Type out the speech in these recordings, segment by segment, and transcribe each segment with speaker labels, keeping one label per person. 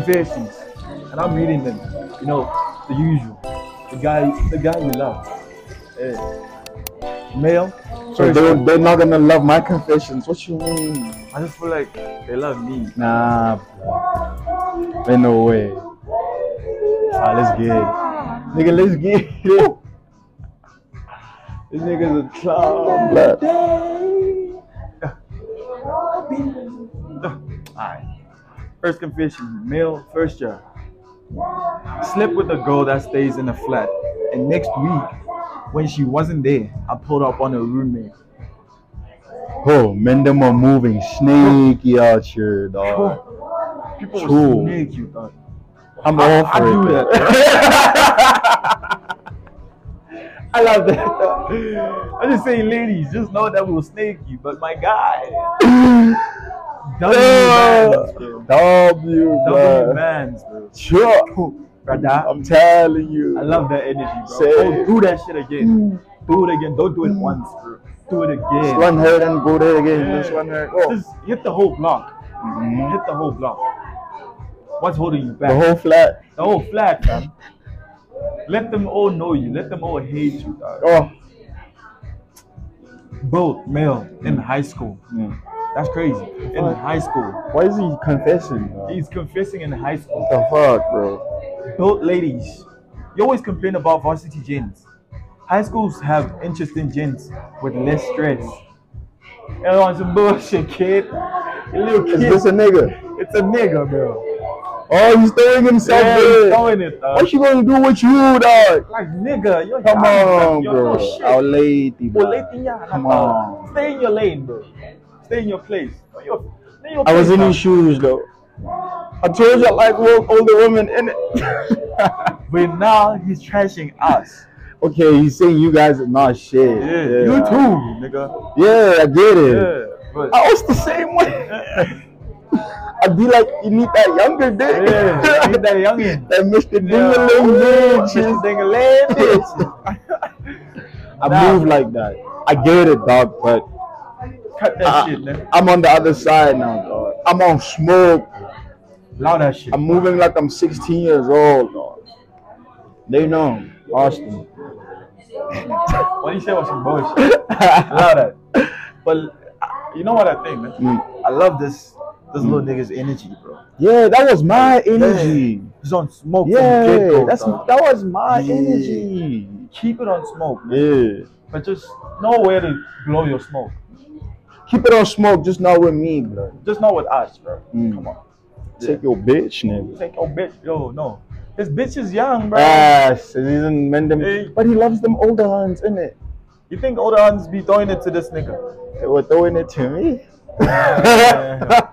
Speaker 1: confessions, and I'm reading them. You know, the usual. The guy, the guy we love. Eh, Male.
Speaker 2: So
Speaker 1: first
Speaker 2: they,
Speaker 1: one.
Speaker 2: they're not gonna love my confessions. What you mean?
Speaker 1: I just feel like they love me.
Speaker 2: Nah, bro. Ain't no way. Ah, let's get it. Nigga, let's get it.
Speaker 1: This nigga's a clown.
Speaker 2: Blood.
Speaker 1: Alright. First confession, male, first year. Slept with a girl that stays in the flat. And next week, when she wasn't there, I pulled up on her roommate.
Speaker 2: Oh, men them are moving sneaky out here, dog.
Speaker 1: Bro, People
Speaker 2: True.
Speaker 1: were snake you, dog.
Speaker 2: I'm
Speaker 1: I-
Speaker 2: all
Speaker 1: I
Speaker 2: for
Speaker 1: do
Speaker 2: it. dog.
Speaker 1: I love that. dog. I just say, ladies, just know that we will snake you. But my guy, W
Speaker 2: Dog,
Speaker 1: bro.
Speaker 2: W,
Speaker 1: W
Speaker 2: bro.
Speaker 1: man's, bro.
Speaker 2: Sure.
Speaker 1: Brother,
Speaker 2: I'm telling you.
Speaker 1: I love that energy, bro.
Speaker 2: Say-
Speaker 1: Oh, do that shit again. Do it again. Don't do it once, bro. Do it
Speaker 2: Just
Speaker 1: again.
Speaker 2: one head and go there again. Just
Speaker 1: Yeah.
Speaker 2: one head. Oh.
Speaker 1: Just hit the whole block.
Speaker 2: Mhm.
Speaker 1: Hit the whole block. What's holding you back?
Speaker 2: The whole flat.
Speaker 1: The whole flag, man. Let them all know you. Let them all hate you. dog.
Speaker 2: Oh.
Speaker 1: Both male in high school.
Speaker 2: Mm.
Speaker 1: That's crazy. In
Speaker 2: Fuck.
Speaker 1: high school.
Speaker 2: Why is he confessing? dog?
Speaker 1: He's confessing in high school.
Speaker 2: What the fuck, bro?
Speaker 1: Both ladies. You always complain about varsity gents. High schools have interesting gents with less stress. Everyone's a bullshit kid. You little
Speaker 2: Is
Speaker 1: kid.
Speaker 2: this a nigga?
Speaker 1: it's a nigga, bro.
Speaker 2: Oh, he's throwing himself
Speaker 1: Yeah,
Speaker 2: in.
Speaker 1: he's throwing it, dog.
Speaker 2: What you gonna do with you, dog?
Speaker 1: Like nigga, you're
Speaker 2: Come on,
Speaker 1: you're no
Speaker 2: bro.
Speaker 1: shit.
Speaker 2: Our lady,
Speaker 1: Well,
Speaker 2: bro.
Speaker 1: late in your-
Speaker 2: Come on.
Speaker 1: Stay in your lane, bro. Stay in your place. Stay in your- stay in your
Speaker 2: I was
Speaker 1: place,
Speaker 2: in
Speaker 1: bro.
Speaker 2: his shoes, though. I told you I like old, older women in it.
Speaker 1: But now he's trashing us.
Speaker 2: okay, he's saying you guys are not shit.
Speaker 1: You too, nigga.
Speaker 2: Yeah, I get it.
Speaker 1: Yeah. Ah. But
Speaker 2: I was the same way. I'd be like, you need that younger dick.
Speaker 1: yeah, you that youngin.
Speaker 2: that Mr. Ding-a-ling
Speaker 1: Yeah.
Speaker 2: bitch.
Speaker 1: Ding-a-ling bitch.
Speaker 2: I
Speaker 1: Nah.
Speaker 2: move like that. I get it, dog, but
Speaker 1: Cut that shit,
Speaker 2: I,
Speaker 1: nigga.
Speaker 2: I'm on the other side now, dog. I'm on smoke.
Speaker 1: Loud that shit.
Speaker 2: I'm moving like I'm 16 years old, dog. They know, Austin.
Speaker 1: What he said was some bullshit. Loud that. But uh, you know what I think, man?
Speaker 2: Mm.
Speaker 1: I love this this little nigga's energy, bro.
Speaker 2: Yeah, that was my energy.
Speaker 1: He's on smoke. from
Speaker 2: Yeah,
Speaker 1: get-go,
Speaker 2: that's
Speaker 1: dog.
Speaker 2: that was my
Speaker 1: Yeah.
Speaker 2: energy.
Speaker 1: Ah, keep it on smoke, man.
Speaker 2: Yeah.
Speaker 1: But just know where to blow your smoke.
Speaker 2: Keep it on smoke, just not with me, bro.
Speaker 1: Just not with us, bro.
Speaker 2: Mm.
Speaker 1: Come on.
Speaker 2: Take your bitch, nigga.
Speaker 1: Take your bitch. Yo, no. This bitch is young, bro.
Speaker 2: Yes, and he's in men them-
Speaker 1: Hey.
Speaker 2: but he loves them older ones, innit?
Speaker 1: you think older ones be throwing it to this nigga?
Speaker 2: They were throwing it to me.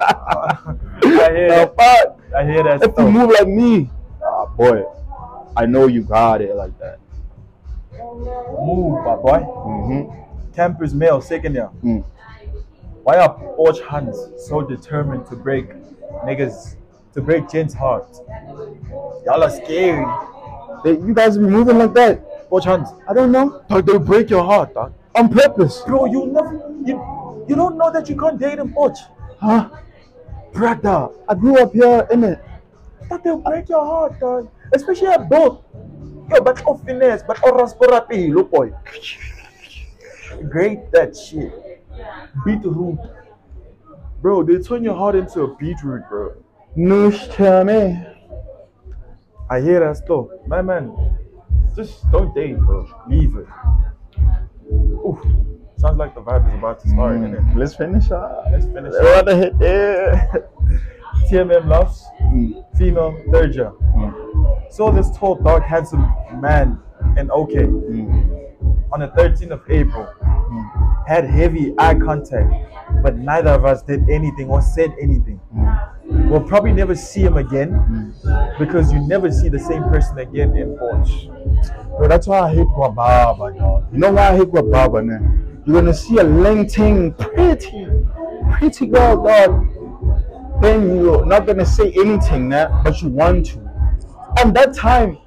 Speaker 1: I hear
Speaker 2: The
Speaker 1: that.
Speaker 2: fuck?
Speaker 1: I hear that
Speaker 2: If you
Speaker 1: stuff.
Speaker 2: move like me, ah, Oh. boy, I know you got it like that.
Speaker 1: Move, my boy.
Speaker 2: Mm-hmm.
Speaker 1: Tempers male, second year.
Speaker 2: Mm.
Speaker 1: Why are porch hands so determined to break niggas, to break Jen's heart? Y'all are scary.
Speaker 2: you guys be moving like that.
Speaker 1: Porch hands.
Speaker 2: I don't know.
Speaker 1: Dog, They'll break your heart, dog.
Speaker 2: On purpose.
Speaker 1: Bro, you never, you, you don't know that you can't date in porch.
Speaker 2: Huh?
Speaker 1: Brother,
Speaker 2: I grew up here, innit?
Speaker 1: that will break your heart, dog. Especially at both. Yo, but oh finesse, but oh rasporati, look boy. Great that shit. Beetroot. Bro, they turn your heart into a beetroot, bro.
Speaker 2: Noosh tell me.
Speaker 1: I hear that stuff. My man, just don't date, bro. Leave it. Oof. Sounds like the vibe is about to start,
Speaker 2: Mm,
Speaker 1: innit?
Speaker 2: Let's finish up.
Speaker 1: Let's finish
Speaker 2: I
Speaker 1: up.
Speaker 2: wanna hit there.
Speaker 1: TMM loves
Speaker 2: Mm.
Speaker 1: female third year. Saw this tall, dark, handsome man and okay. on the 13th of April had heavy eye contact, but neither of us did anything or said anything. We'll probably never see him again because you never see the same person again in Porch.
Speaker 2: Bro, that's why I hate Guababa, dog. You know why I hate Guababa, man? You're gonna see a linting pretty, pretty girl, dog. Then you're not gonna say anything, nah, but you want to. And that time,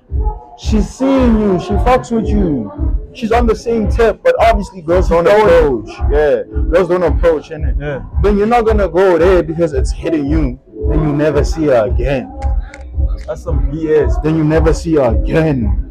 Speaker 2: she's seeing you, she fucks with you. She's on the same tip, but obviously girls don't approach. Yeah, girls don't approach, innit?
Speaker 1: Yeah.
Speaker 2: then you're not gonna go there because it's hitting you. Then you never see her again.
Speaker 1: That's some BS.
Speaker 2: Then you never see her again.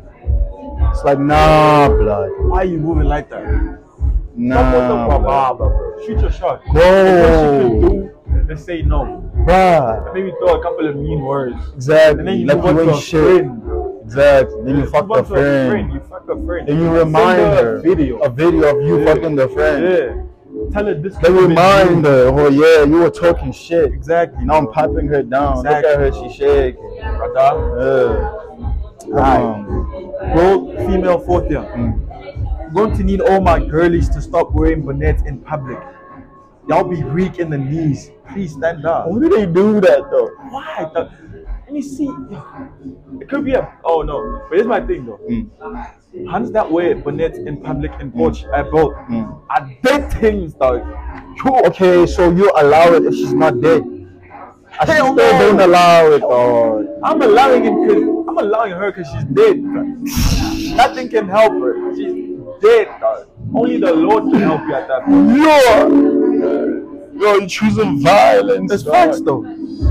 Speaker 2: It's like, nah, blood.
Speaker 1: Why are you moving like that? Stop with the
Speaker 2: Nah, blood.
Speaker 1: blah, blah, blah. Shoot your shot.
Speaker 2: No.
Speaker 1: The best you can do is say no.
Speaker 2: Bruh.
Speaker 1: Maybe throw a couple of mean words.
Speaker 2: Exactly.
Speaker 1: And then you
Speaker 2: like
Speaker 1: move on
Speaker 2: you
Speaker 1: to
Speaker 2: ain't
Speaker 1: a
Speaker 2: shit.
Speaker 1: friend.
Speaker 2: Exactly. Then you
Speaker 1: move
Speaker 2: fuck
Speaker 1: on
Speaker 2: the
Speaker 1: to a
Speaker 2: friend.
Speaker 1: You fuck a friend.
Speaker 2: Then you
Speaker 1: Send
Speaker 2: remind her
Speaker 1: a video.
Speaker 2: a video of you
Speaker 1: Yeah.
Speaker 2: fucking the friend.
Speaker 1: Yeah. Tell her this.
Speaker 2: Then
Speaker 1: could be
Speaker 2: remind
Speaker 1: you.
Speaker 2: her, oh yeah, you were talking shit.
Speaker 1: Exactly.
Speaker 2: Now I'm piping her down. Look at her, she shaking.
Speaker 1: Brother.
Speaker 2: Yeah.
Speaker 1: Right.
Speaker 2: Um,
Speaker 1: Bro, female fourth year.
Speaker 2: mm.
Speaker 1: I'm going to need all my girlies to stop wearing bonnets in public. Y'all be weak in the knees. Please stand up.
Speaker 2: Why do they do that though?
Speaker 1: Why? The, let me see. It could be a. Oh no. But here's my thing though.
Speaker 2: Mm.
Speaker 1: Hands that wear bonnets in public in Porch, I bought.
Speaker 2: Mm.
Speaker 1: Are dead things dog.
Speaker 2: You- okay, so you allow it if she's not dead. I
Speaker 1: Hell
Speaker 2: still
Speaker 1: no.
Speaker 2: don't allow it. oh. Or
Speaker 1: I'm allowing it because I'm allowing her because she's dead. dog. Nothing can help her. She's dead. Dog. Only the Lord can help you at that point.
Speaker 2: yo, yo, you choosing violence.
Speaker 1: It's
Speaker 2: dog.
Speaker 1: facts though. It's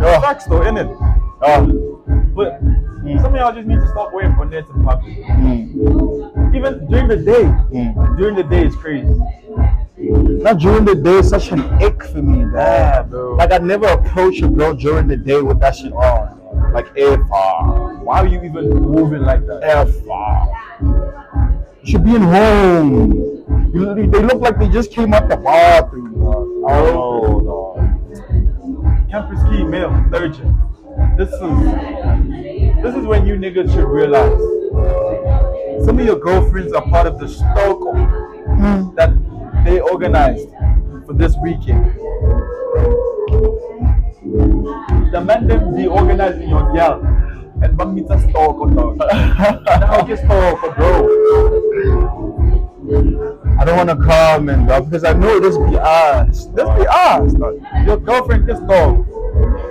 Speaker 2: Yeah.
Speaker 1: facts though, innit?
Speaker 2: Yeah.
Speaker 1: But some of y'all just need to stop wearing bonnets in public.
Speaker 2: Mm.
Speaker 1: Even during the day.
Speaker 2: Mm.
Speaker 1: During the day is crazy.
Speaker 2: Not during the day, it's such an ick for me. dog.
Speaker 1: Yeah, bro.
Speaker 2: Like I never approach a girl during the day with that shit on. Like if uh,
Speaker 1: Why are you even moving like that?
Speaker 2: F. uh, Should be in home. You, they look like they just came out the bathroom. dog. I don't
Speaker 1: Oh,
Speaker 2: know, dog.
Speaker 1: Campus key male, third year. This is this is when you niggas should realize some of your girlfriends are part of the stokel
Speaker 2: Hmm.
Speaker 1: that they organized for this weekend. The man them be organizing your girl and one meter stalker dog. Now get stalker bro.
Speaker 2: I don't want to comment, bro, because I know this be us. This be us. dog.
Speaker 1: Your girlfriend gets dog.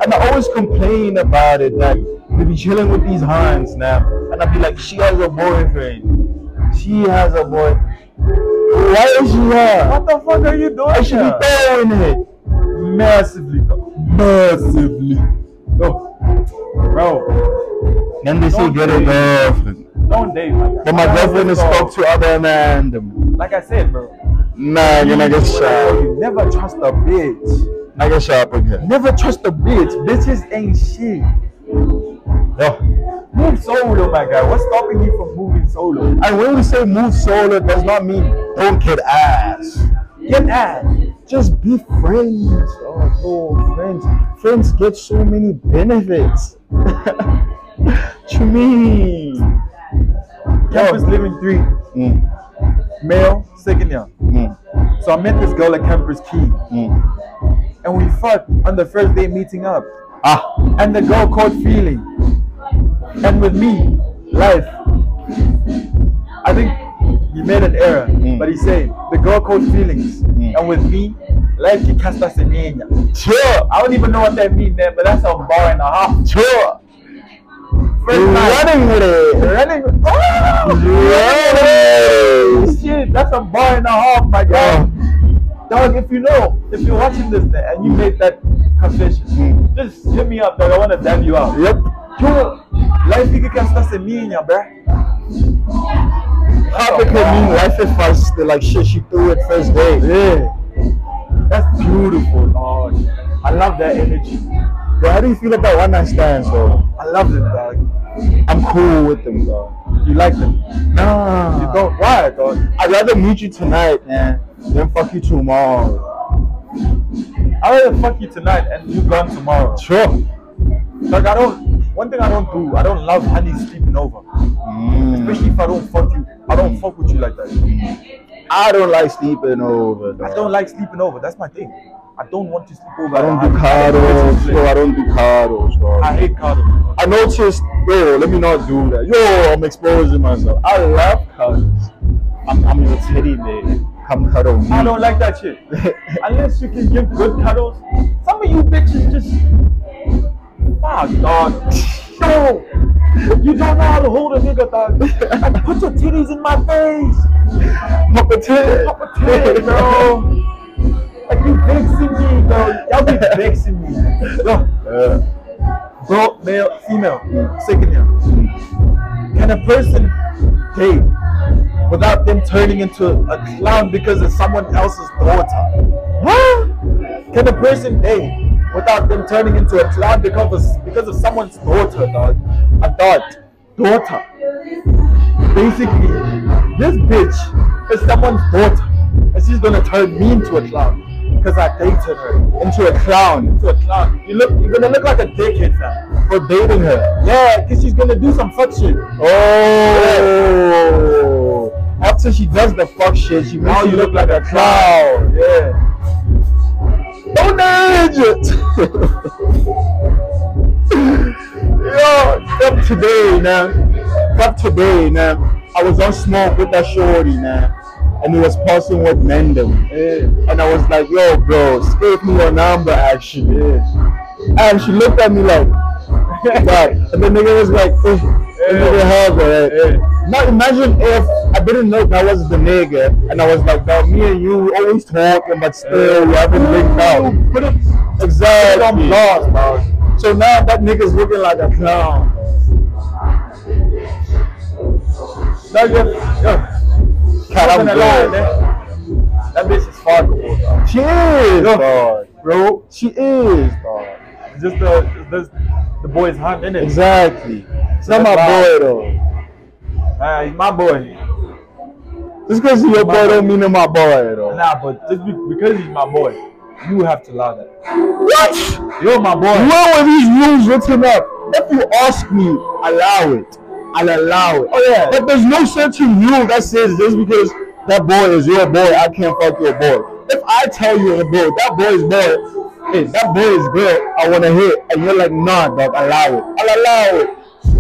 Speaker 2: And I always complain about it that they be chilling with these hands now. And I be like, she has a boyfriend. She has a boy. Why is she here?
Speaker 1: What the fuck are you doing?
Speaker 2: I should
Speaker 1: here?
Speaker 2: be throwing it.
Speaker 1: massively, bro. massively. No, bro,
Speaker 2: Then they say
Speaker 1: Don't
Speaker 2: get a
Speaker 1: date.
Speaker 2: girlfriend.
Speaker 1: don't date. Like
Speaker 2: Then my girlfriend is spoke to other man.
Speaker 1: Like I said, bro.
Speaker 2: Nah, you're not gonna shop.
Speaker 1: You never trust a bitch.
Speaker 2: Not gonna shop again.
Speaker 1: Never trust a bitch. Bitches ain't shit.
Speaker 2: Yeah.
Speaker 1: Move solo, my guy. What's stopping you from moving solo?
Speaker 2: And when we say move solo, it does not mean don't get ass.
Speaker 1: Get ass.
Speaker 2: Just be friends. Oh, no, friends. Friends get so many benefits. to me.
Speaker 1: Campus living three,
Speaker 2: Mm,
Speaker 1: male, second year.
Speaker 2: mm,
Speaker 1: So I met this girl at Campus Key,
Speaker 2: mm.
Speaker 1: and we fucked on the first day meeting up.
Speaker 2: Ah,
Speaker 1: and the girl caught feeling. And with me, life. I think he made an error,
Speaker 2: Mm.
Speaker 1: but he said the girl caught feelings,
Speaker 2: Mm.
Speaker 1: and with me, life can cast us in the
Speaker 2: chill,
Speaker 1: I don't even know what that means, man, but that's a bar and a half.
Speaker 2: chill.
Speaker 1: First
Speaker 2: You're
Speaker 1: night,
Speaker 2: running with it.
Speaker 1: running. Oh!
Speaker 2: Running.
Speaker 1: Shit, that's a bar and a half, my guy.
Speaker 2: Yeah.
Speaker 1: Dog, if you know, if you're watching this man, and you made that confession,
Speaker 2: Mm.
Speaker 1: just hit me up, dog. I want to dab you out.
Speaker 2: Yep.
Speaker 1: Yo, life you can start a meaning, bruh.
Speaker 2: Topic could mean life advice. They're like, shit, she threw it first day.
Speaker 1: Yeah. That's beautiful, dog. I love that energy.
Speaker 2: But how do you feel about one night stands, though?
Speaker 1: I love them, dog.
Speaker 2: I'm cool with them, though.
Speaker 1: You like them.
Speaker 2: Nah.
Speaker 1: You don't. Why, dog?
Speaker 2: I'd rather meet you tonight, man, than fuck you tomorrow.
Speaker 1: I'd rather fuck you tonight and you gone tomorrow.
Speaker 2: Sure.
Speaker 1: Like, I don't. One thing I don't do, I don't love honey sleeping over. Especially if I don't fuck you. I don't fuck with you like that.
Speaker 2: I don't like sleeping over. Though.
Speaker 1: I don't like sleeping over. That's my thing. I don't want to sleep over.
Speaker 2: I don't
Speaker 1: at
Speaker 2: do
Speaker 1: a honey-
Speaker 2: cuddles. Yo, I don't do cuddles, bro.
Speaker 1: I hate cuddles.
Speaker 2: I noticed, yo, let me not do that. Yo, I'm exposing myself. I love cuddles. I'm, I'm your teddy bear. Come cuddle me.
Speaker 1: I don't like that shit. Unless you can give good cuddles. Some of you bitches just fuck dog. No. You don't know how to hold a nigga dog. Like, put your titties in my face.
Speaker 2: Puppeteer.
Speaker 1: Pop a titty, bro. Like you vexing me, bro. Y'all be vexing me. Yo,
Speaker 2: Yeah.
Speaker 1: bro, male, female,
Speaker 2: Mm.
Speaker 1: second year. Can a person date without them turning into a clown because it's someone else's daughter? Huh? Can a person date without them turning into a clown because of, because of someone's daughter, dog? A dot, daughter. Basically, this bitch is someone's daughter, and she's gonna turn me into a clown because I dated her
Speaker 2: into a clown
Speaker 1: to a clown. You look, you're gonna look like a dickhead, fam.
Speaker 2: for dating her.
Speaker 1: Yeah, cause she's gonna do some fuck shit.
Speaker 2: Oh. After she does the fuck shit, she
Speaker 1: Now
Speaker 2: makes
Speaker 1: you
Speaker 2: you look like a
Speaker 1: Oh
Speaker 2: clown.
Speaker 1: yeah.
Speaker 2: Don't age it. Yo, up today, man. Up today, man. I was on smoke with that shorty, man. And he was passing with Mendham. And I was like, yo, bro, skip me your number, actually. And she looked at me like, right. And the nigga was like, eh, the nigga hug, right? Now imagine if I didn't know that was the nigga, and I was like, now me and you always talking, but still we haven't linked out.
Speaker 1: Put it
Speaker 2: Exactly.
Speaker 1: on blast,
Speaker 2: So now that nigga's looking like a clown.
Speaker 1: now you're, yo,
Speaker 2: Cat, I'm
Speaker 1: I'm gonna lie,
Speaker 2: good.
Speaker 1: man. That bitch is fuckable, dog.
Speaker 2: She is,
Speaker 1: Yo.
Speaker 2: dog. Bro, she is, dog.
Speaker 1: It's just the, it's just the boy's hunt, innit?
Speaker 2: Exactly. It's not my
Speaker 1: That's
Speaker 2: boy
Speaker 1: right.
Speaker 2: though.
Speaker 1: Ah, he's my boy.
Speaker 2: Just because he's your
Speaker 1: My
Speaker 2: boy
Speaker 1: boy.
Speaker 2: don't mean he's my boy though.
Speaker 1: Nah, but just be, because he's my boy, you have to allow that.
Speaker 2: What?
Speaker 1: You're my boy.
Speaker 2: Where were these rules written up? If you ask me, allow it. I'll allow it.
Speaker 1: Oh, yeah.
Speaker 2: But there's no certain rule that says just because that boy is your boy, I can't fuck your boy. If I tell you, bro, that boy is boy, hey, that boy is girl, I wanna hit, and you're like, nah, dog, allow it. I'll allow it.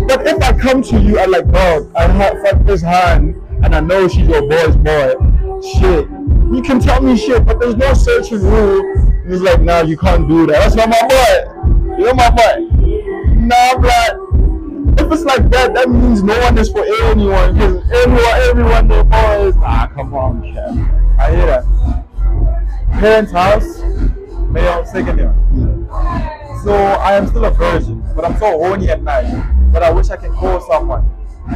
Speaker 2: But if I come to you, I'm like, dog, I ha- fuck this hand, and I know she's your boy's boy, shit. You can tell me shit, but there's no certain rule. It's like, nah, you can't do that. That's not my boy. You're my boy. Nah, black. If it's like that, that means no one is for anyone. Because everyone, everyone, their boy is. Ah, come on, man.
Speaker 1: I hear that. Parents' house, male, second year. So I am still a virgin, but I'm so horny at night. But I wish I can call someone.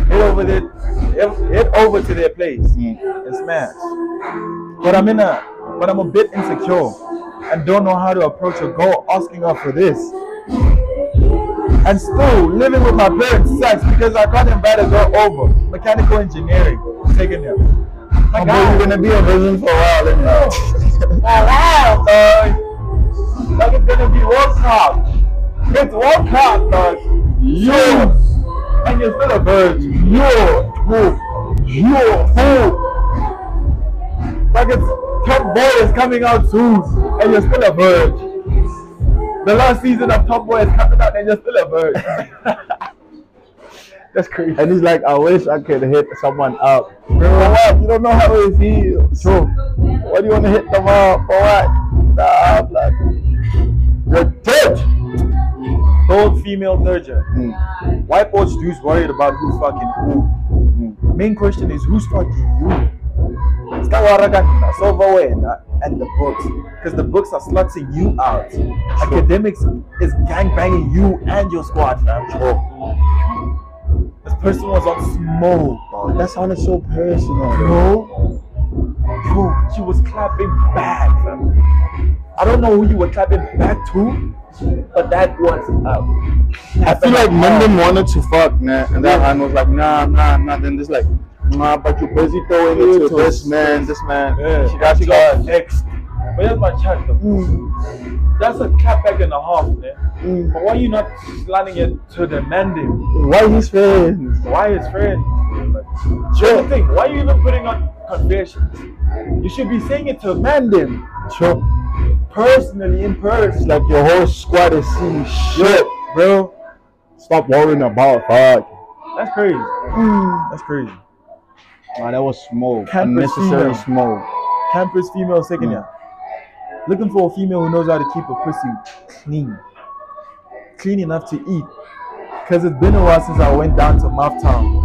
Speaker 1: Head over there, head- head over to their place and smash. But I'm in a, but I'm a bit insecure and don't know how to approach a girl asking her for this. And still living with my parents sucks because I can't invite a girl over. Mechanical engineering, taking them. My
Speaker 2: Oh, boy,
Speaker 1: God.
Speaker 2: you're gonna be a virgin for a while, innit?
Speaker 1: Wow, dog. Like it's Uh, gonna be World Cup. It's World Cup, dog.
Speaker 2: you,
Speaker 1: And you're still a virgin.
Speaker 2: you, who, you, who?
Speaker 1: Like it's Top Boy is coming out soon, and you're still a virgin. The last season of Top Boy is coming out, and you're still a virgin. That's crazy.
Speaker 2: And he's like, I wish I could hit someone up.
Speaker 1: Bro,
Speaker 2: What? You don't know how it feels.
Speaker 1: True.
Speaker 2: Why do you wanna hit them up? For what? Nah, black. You're dead.
Speaker 1: Bold female nurture.
Speaker 2: Mm.
Speaker 1: Why Porch dudes worried about who's fucking who? Main question is who's fucking you? Skawaragana, Sovawena, uh, and the books. Because the books are slutzing you out. Academics is gangbanging you and your squad, fam. This person was on smoke,
Speaker 2: Oh, that sounded so personal.
Speaker 1: bro. Yo, she was clapping back, fam. I don't know who you were clapping back to, but that was uh, up.
Speaker 2: I feel like Mendon wanted to fuck, man, and that hand was like, nah, nah, nah. Then this like, nah, but you're busy throwing it to this man, this man.
Speaker 1: Yeah,
Speaker 2: She got
Speaker 1: she
Speaker 2: you
Speaker 1: got
Speaker 2: guys.
Speaker 1: next. But here's my challenge. though.
Speaker 2: Mm.
Speaker 1: That's a clapback and a half, man. But why you not planning it to the mandate?
Speaker 2: Why his friends?
Speaker 1: Why his friend? Like, sure. thing. Why you even putting on confessions? You should be saying it to Mandem
Speaker 2: Sure.
Speaker 1: personally in
Speaker 2: It's
Speaker 1: person.
Speaker 2: like your whole squad is seeing shit, bro. Stop worrying about fuck.
Speaker 1: That's crazy.
Speaker 2: Hmm.
Speaker 1: That's crazy.
Speaker 2: Nah, that was smoke.
Speaker 1: Can't
Speaker 2: Unnecessary
Speaker 1: proceed,
Speaker 2: smoke.
Speaker 1: Campus female second year. Looking for a female who knows how to keep a pussy clean. Clean enough to eat. Cause it's been a while since I went down to Mouth Town.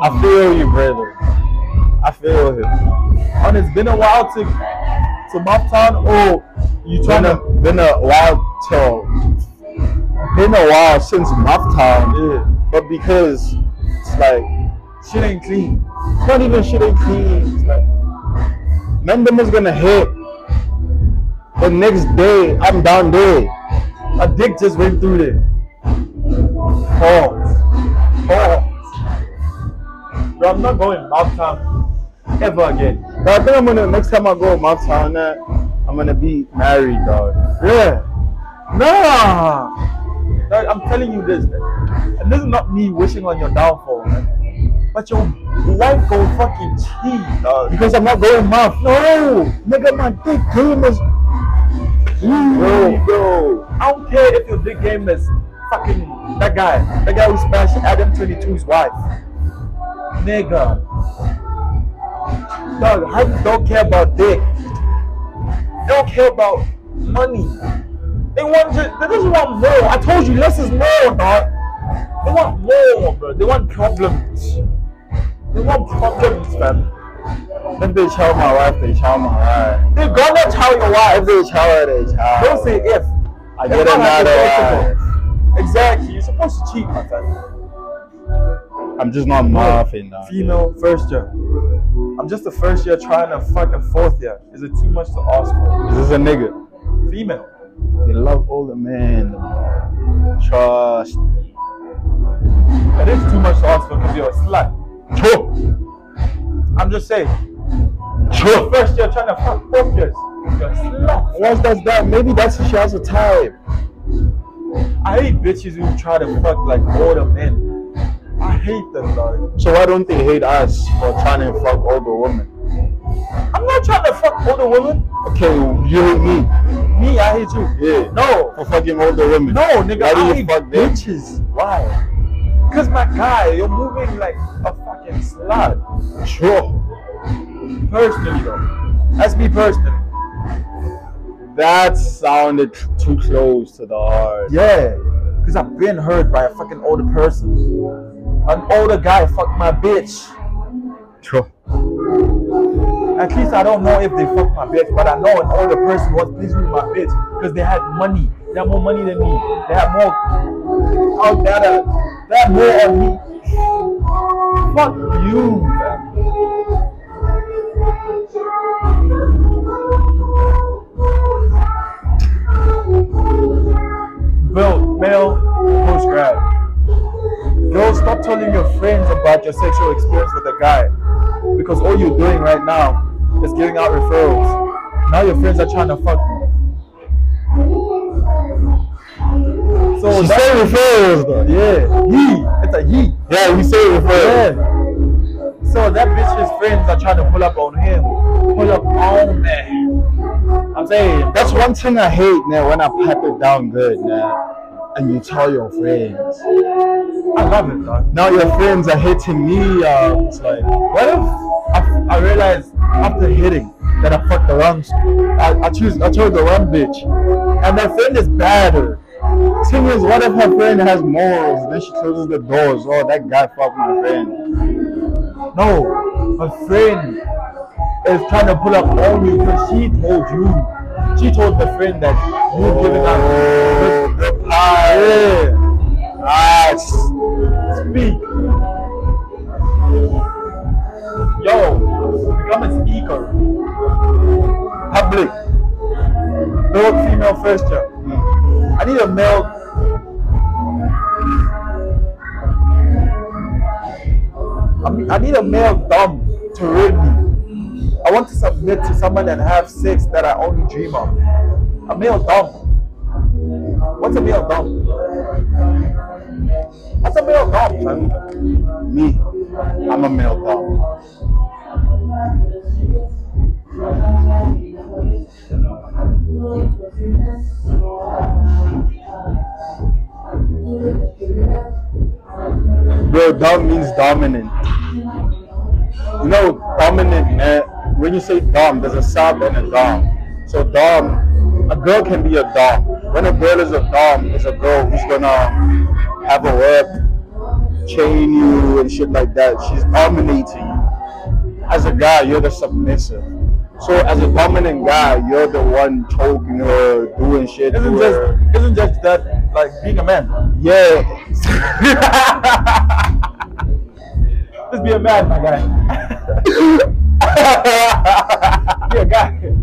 Speaker 2: I feel you, brother. I feel him.
Speaker 1: And it's been a while to to Mouth Town. Oh, you
Speaker 2: Been
Speaker 1: trying
Speaker 2: a
Speaker 1: to
Speaker 2: been a wild till been a while since Muff Town,
Speaker 1: Yeah.
Speaker 2: but because it's like
Speaker 1: Shit ain't clean.
Speaker 2: it's not even shit ain't clean. It's like Mendham is gonna hit. The next day I'm down there.
Speaker 1: A dick just went through there.
Speaker 2: Oh,
Speaker 1: Oh. Bro, I'm not going mouth town ever again.
Speaker 2: but I think I'm gonna next time I go Muff Town, eh, I'm gonna be married, dog.
Speaker 1: Yeah. Nah. Dog, I'm telling you this, man. And this is not me wishing on your downfall, man. But your life go fucking cheat, dog.
Speaker 2: Because I'm not going Muff. No, nigga, my dick game is.
Speaker 1: Bro.
Speaker 2: bro.
Speaker 1: I don't care if your big game is fucking that guy, that guy who smashed Adam 22's wife. Nigga. Dog, I don't care about dick. They don't care about money. They want ju- they just want more. I told you, less is more, dog. They want more, bro. They want problems. They want problems, man.
Speaker 2: If they chow my wife, they chow my wife.
Speaker 1: They gonna tell your wife.
Speaker 2: If they chow her, they chow.
Speaker 1: Don't say if.
Speaker 2: I
Speaker 1: If
Speaker 2: get
Speaker 1: not, have to
Speaker 2: another
Speaker 1: go. Exactly. You're supposed to cheat, my friend.
Speaker 2: I'm just not muffing now.
Speaker 1: female first year. I'm just a first year trying to fuck a fourth year. Is it too much to ask for?
Speaker 2: This is a nigga.
Speaker 1: Female.
Speaker 2: They love older men. Trust.
Speaker 1: It is too much to ask for because you're a slut.
Speaker 2: True.
Speaker 1: I'm just saying.
Speaker 2: True.
Speaker 1: First year trying to fuck fourth years. You're a slut.
Speaker 2: Once that's done, maybe that's she has a type.
Speaker 1: I hate bitches who try to fuck like older men. I hate them, dog.
Speaker 2: So why don't they hate us for trying to fuck older women?
Speaker 1: I'm not trying to fuck older women.
Speaker 2: Okay, you hate me.
Speaker 1: Me, I hate you.
Speaker 2: Yeah.
Speaker 1: No.
Speaker 2: For fucking older women.
Speaker 1: No, nigga,
Speaker 2: Why do
Speaker 1: I
Speaker 2: you
Speaker 1: hate
Speaker 2: fuck them?
Speaker 1: bitches. Why? Because my guy, you're moving like a fucking slut.
Speaker 2: True.
Speaker 1: personally though. That's me personally.
Speaker 2: That sounded tr- too close to the heart.
Speaker 1: Yeah, because I've been hurt by a fucking older person. An older guy fucked my bitch.
Speaker 2: True.
Speaker 1: At least I don't know if they fucked my bitch, but I know an older person was pleasing with my bitch because they had money. They had more money than me. They had more out there. They had more uh, on me. Fuck you, man. Built male post grad. Yo, stop telling your friends about your sexual experience with a guy. Because all you're doing right now is giving out referrals. Now your friends are trying to fuck you. So
Speaker 2: She
Speaker 1: that-
Speaker 2: say referrals though.
Speaker 1: yeah, he. It's a he.
Speaker 2: Yeah, we say referrals.
Speaker 1: Yeah. So that bitch's friends are trying to pull up on him. Pull up on me. I'm saying
Speaker 2: That's one thing I hate now when I pipe it down good now. And you tell your friends.
Speaker 1: I love it, dog.
Speaker 2: Now your friends are hitting me up. It's like,
Speaker 1: What if I, I realize after hitting that I fucked the wrong, s- I, I choose, I chose the wrong bitch, and my friend is badder.
Speaker 2: thing is, what if her friend has morals? Then she closes the doors. Oh, that guy fucked my friend.
Speaker 1: No, my friend is trying to pull up on you because she told you. She told the friend that you're giving
Speaker 2: Oh,
Speaker 1: up.
Speaker 2: the pie. Ah, s-
Speaker 1: speak. Yo, become a speaker. Public. Build female first year. I need a male. I, mean, I need a male thumb to read me. I want to submit to someone and have sex that I only dream of. A male thumb. What's a male thumb? What's a male thumb, man?
Speaker 2: me. I'm a male dog. Bro, dom means dominant. You know, dominant, eh, when you say dom, there's a sub and a dom. So dom, a girl can be a dom. When a girl is a dom, it's a girl who's gonna have a whip, chain you and shit like that. She's dominating you. As a guy, you're the submissive. So as a dominant guy, you're the one choking her, doing shit. to
Speaker 1: Isn't
Speaker 2: her.
Speaker 1: just isn't just that like being a man.
Speaker 2: Yeah.
Speaker 1: Just be a man, my guy. be a guy.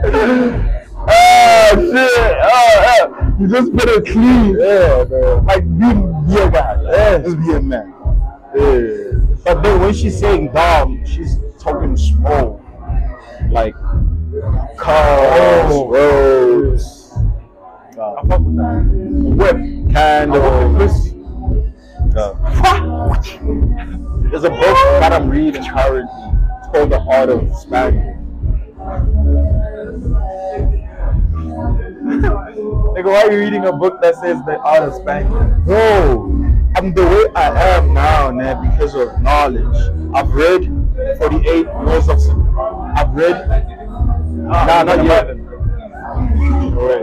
Speaker 2: oh shit! Oh, yeah. you just put it clean. Yeah, man. Like be, be a guy. Yeah, just be a man. Yeah. But then when she's saying dom, she's talking small, like cars,
Speaker 1: Oh.
Speaker 2: roads,
Speaker 1: I fuck with that. I fuck
Speaker 2: whip,
Speaker 1: with
Speaker 2: candles.
Speaker 1: pussy.
Speaker 2: There's a book that I'm reading currently. It's called The Art of Spanking.
Speaker 1: Nigga, why are you reading a book that says the art of spanking?
Speaker 2: Bro, I'm the way I am now, man, because of knowledge. I've read 48 laws of. I've read. Nah, not yet. Oh, wait.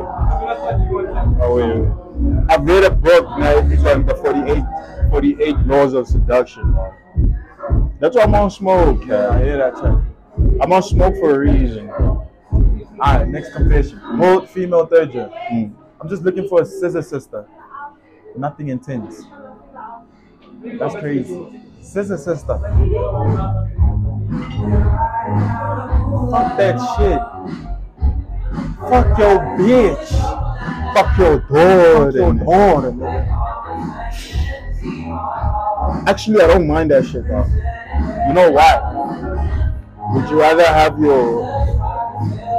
Speaker 2: Oh, wait, wait. I've read a book, man, it's on the 48, 48 laws of seduction, man. That's why I'm on smoke,
Speaker 1: Yeah, I
Speaker 2: man.
Speaker 1: hear that check.
Speaker 2: I'm on smoke for a reason.
Speaker 1: Alright, next confession. Male, female, third year.
Speaker 2: Mm.
Speaker 1: I'm just looking for a scissor sister. Nothing intense. That's crazy. Scissor sister. Fuck that shit. Fuck your bitch.
Speaker 2: Fuck your
Speaker 1: Fuck your
Speaker 2: daughter.
Speaker 1: daughter, man.
Speaker 2: Actually, I don't mind that shit, though. You know why? Would you rather have your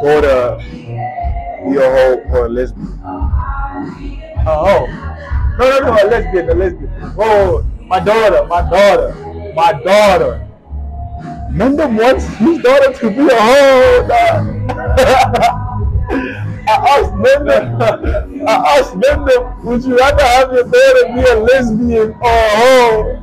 Speaker 2: daughter be a hoe or a lesbian?
Speaker 1: Oh. No, no, no, a lesbian, a lesbian. Oh, my daughter, my daughter, my daughter.
Speaker 2: Mendham wants his daughter to be a hoe. dawg. I asked Mendham, I asked Mendham, would you rather have your daughter be a lesbian or a hoe?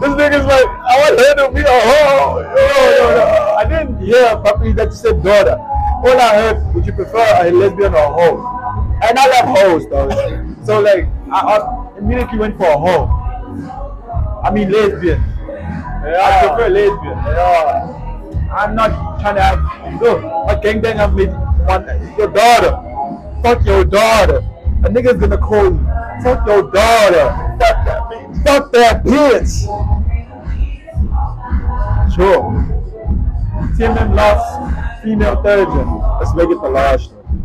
Speaker 2: This nigga's like, I want her to be a hoe. No, no, no. I didn't hear, Papi, that you said daughter. All I heard, would you prefer a lesbian or a hoe? And I love hoes, though.
Speaker 1: So, like, I asked, immediately went for a hoe. I mean, lesbian. I prefer lesbian. I'm not trying to have look, a gangbang I've made one your daughter. Fuck your daughter. A nigga's gonna call you. Fuck your daughter. Fuck that bitch. Fuck that bitch.
Speaker 2: Sure.
Speaker 1: TMM lost female surgeon.
Speaker 2: Let's make it the last one.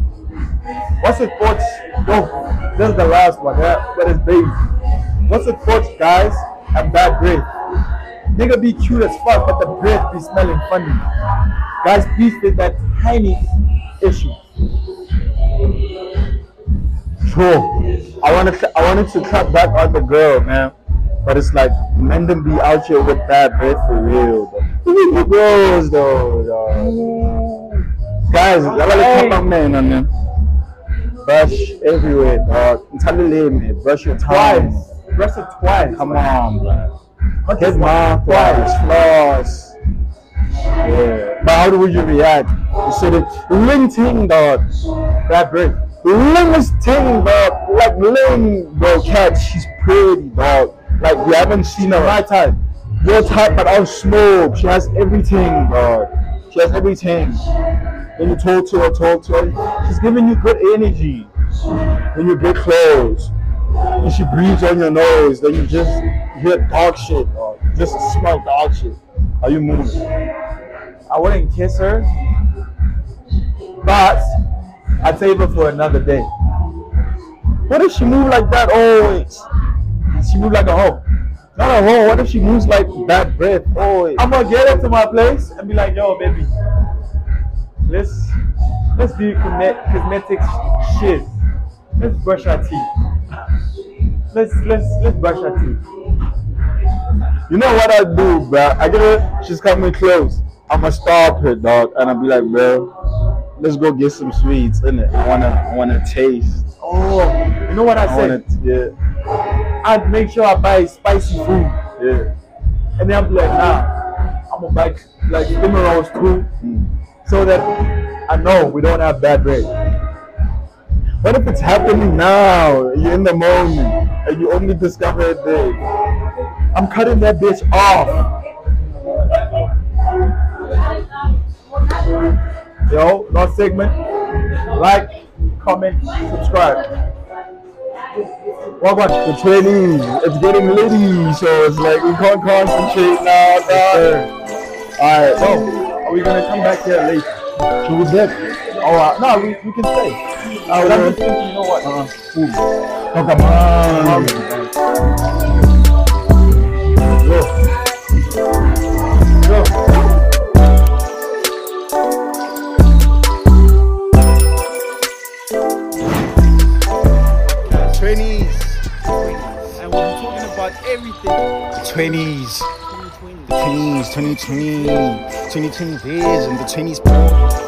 Speaker 1: What's the thoughts? No,
Speaker 2: Oh,
Speaker 1: this is the last one. Yeah, that is big. What's the thoughts, guys? And bad breath. Nigga be cute as fuck, but the breath be smelling funny. Guys, please with that tiny issue.
Speaker 2: True. I wanted to, I wanted to cut back on the girl, man. But it's like men don't be out here with that breath for real. But the girls though, dog. Guys, y'all gotta cut my man on them. Brush everywhere, dog. Tell the man, brush your
Speaker 1: Twice.
Speaker 2: tongue.
Speaker 1: Brush it twice.
Speaker 2: Come on, bro.
Speaker 1: Not
Speaker 2: His
Speaker 1: just
Speaker 2: mom
Speaker 1: once, twice.
Speaker 2: flies, floss. Yeah. But how would you react? You said it. Linting dog. That break. Linting dog. Like Lin, bro, cat. She's pretty, dog. Like we haven't seen her. My type. Your type, but I'll smoke. She has everything, dog. She has everything. When you talk to her, talk to her. She's giving you good energy. When you get close, and she breathes on your nose, then you just hear dog shit, dog. You just smell dog shit. Are you moving?
Speaker 1: I wouldn't kiss her, but I'd save her for another day.
Speaker 2: What if she move like that always?
Speaker 1: She moved like a hoe.
Speaker 2: Not a whole. What if she moves like that breath always?
Speaker 1: I'm gonna get her to my place and be like, yo, baby, let's let's do cosme- cosmetic sh- shit. Let's brush our teeth. Let's let's let's brush our teeth.
Speaker 2: You know what I do, bro? I get her. She's coming close. I'ma stop her, dog, and I'll be like, bro, let's go get some sweets, innit? I wanna, I wanna taste.
Speaker 1: Oh, you know what I
Speaker 2: I wanna,
Speaker 1: said?
Speaker 2: yeah,
Speaker 1: I'd make sure I buy spicy food,
Speaker 2: yeah.
Speaker 1: and then I'm like, nah, I'm gonna buy like emeralds too,
Speaker 2: Mm.
Speaker 1: so that I know we don't have bad bread.
Speaker 2: What if it's happening now? You're in the moment, and you only discover it then.
Speaker 1: I'm cutting that bitch off. Yo, last segment. Like, comment, subscribe.
Speaker 2: Wagwan, it's getting it's getting litty, so it's like we can't concentrate now. dog. Alright,
Speaker 1: So,
Speaker 2: so
Speaker 1: are we gonna come back here later?
Speaker 2: should we dip? Alright,
Speaker 1: No, we, we can stay.
Speaker 2: I
Speaker 1: But I'm just
Speaker 2: will.
Speaker 1: thinking, you know what?
Speaker 2: Uh, food. Come on. Yo. Yo.
Speaker 3: Trainees. And we'll be talking about everything.
Speaker 2: 20s,
Speaker 3: 2020.
Speaker 2: 20s, 2020, 2020 vision, the 20s.